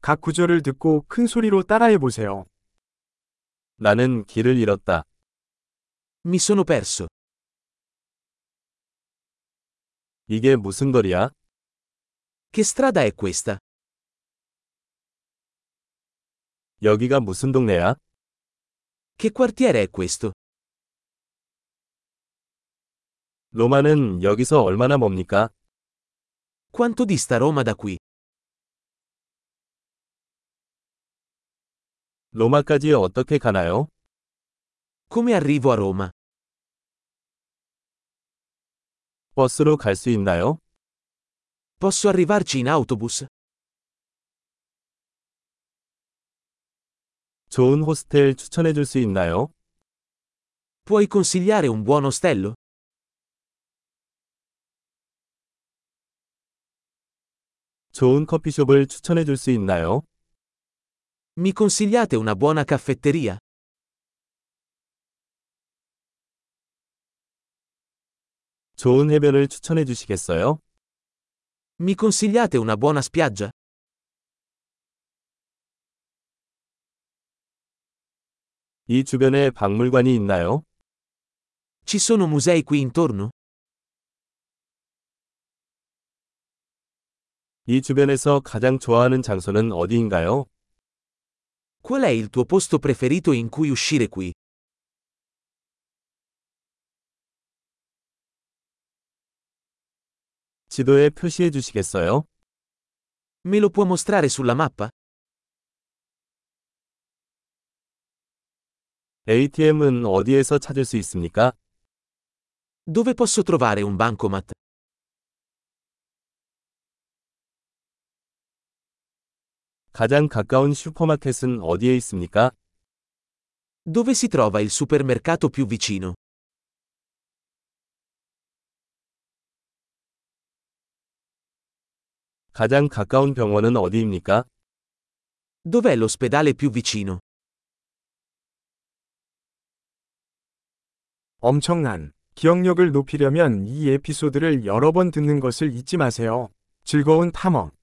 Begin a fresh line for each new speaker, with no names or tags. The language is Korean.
각 구절을 듣고 큰 소리로 따라해 보세요.
나는 길을 잃었다.
Mi sono perso.
이게 무슨 거리야?
Che strada è questa?
여기가 무슨 동네야?
Che quartiere è questo?
로마는 여기서 얼마나 멉니까?
Quanto dista Roma da qui?
로마까지 어떻게 가나요?
Come arrivo a Roma?
버스로 갈 수 있나요?
Posso arrivarci in autobus?
좋은 호스텔 추천해 줄 수 있나요?
Puoi consigliare un buon ostello?
좋은 커피숍을 추천해 줄 수 있나요?
Mi consigliate una buona caffetteria?
좋은 해변을 추천해 주시겠어요?
Mi consigliate una buona spiaggia?
이 주변에 박물관이 있나요?
Ci sono musei qui intorno?
이 주변에서 가장 좋아하는 장소는 어디인가요?
Qual è il tuo posto preferito in cui uscire qui?
지도에 표시해 주시겠어요?
Me lo può mostrare sulla mappa?
ATM은 어디에서 찾을 수 있습니까?
Dove posso trovare un bancomat?
가장 가까운 슈퍼마켓은 어디에 있습니까?
Dove si trova il supermercato più vicino?
가장 가까운 병원은 어디입니까?
Dov'è l'ospedale più vicino?
엄청난 기억력을 높이려면 이 에피소드를 여러 번 듣는 것을 잊지 마세요. 즐거운 탐험.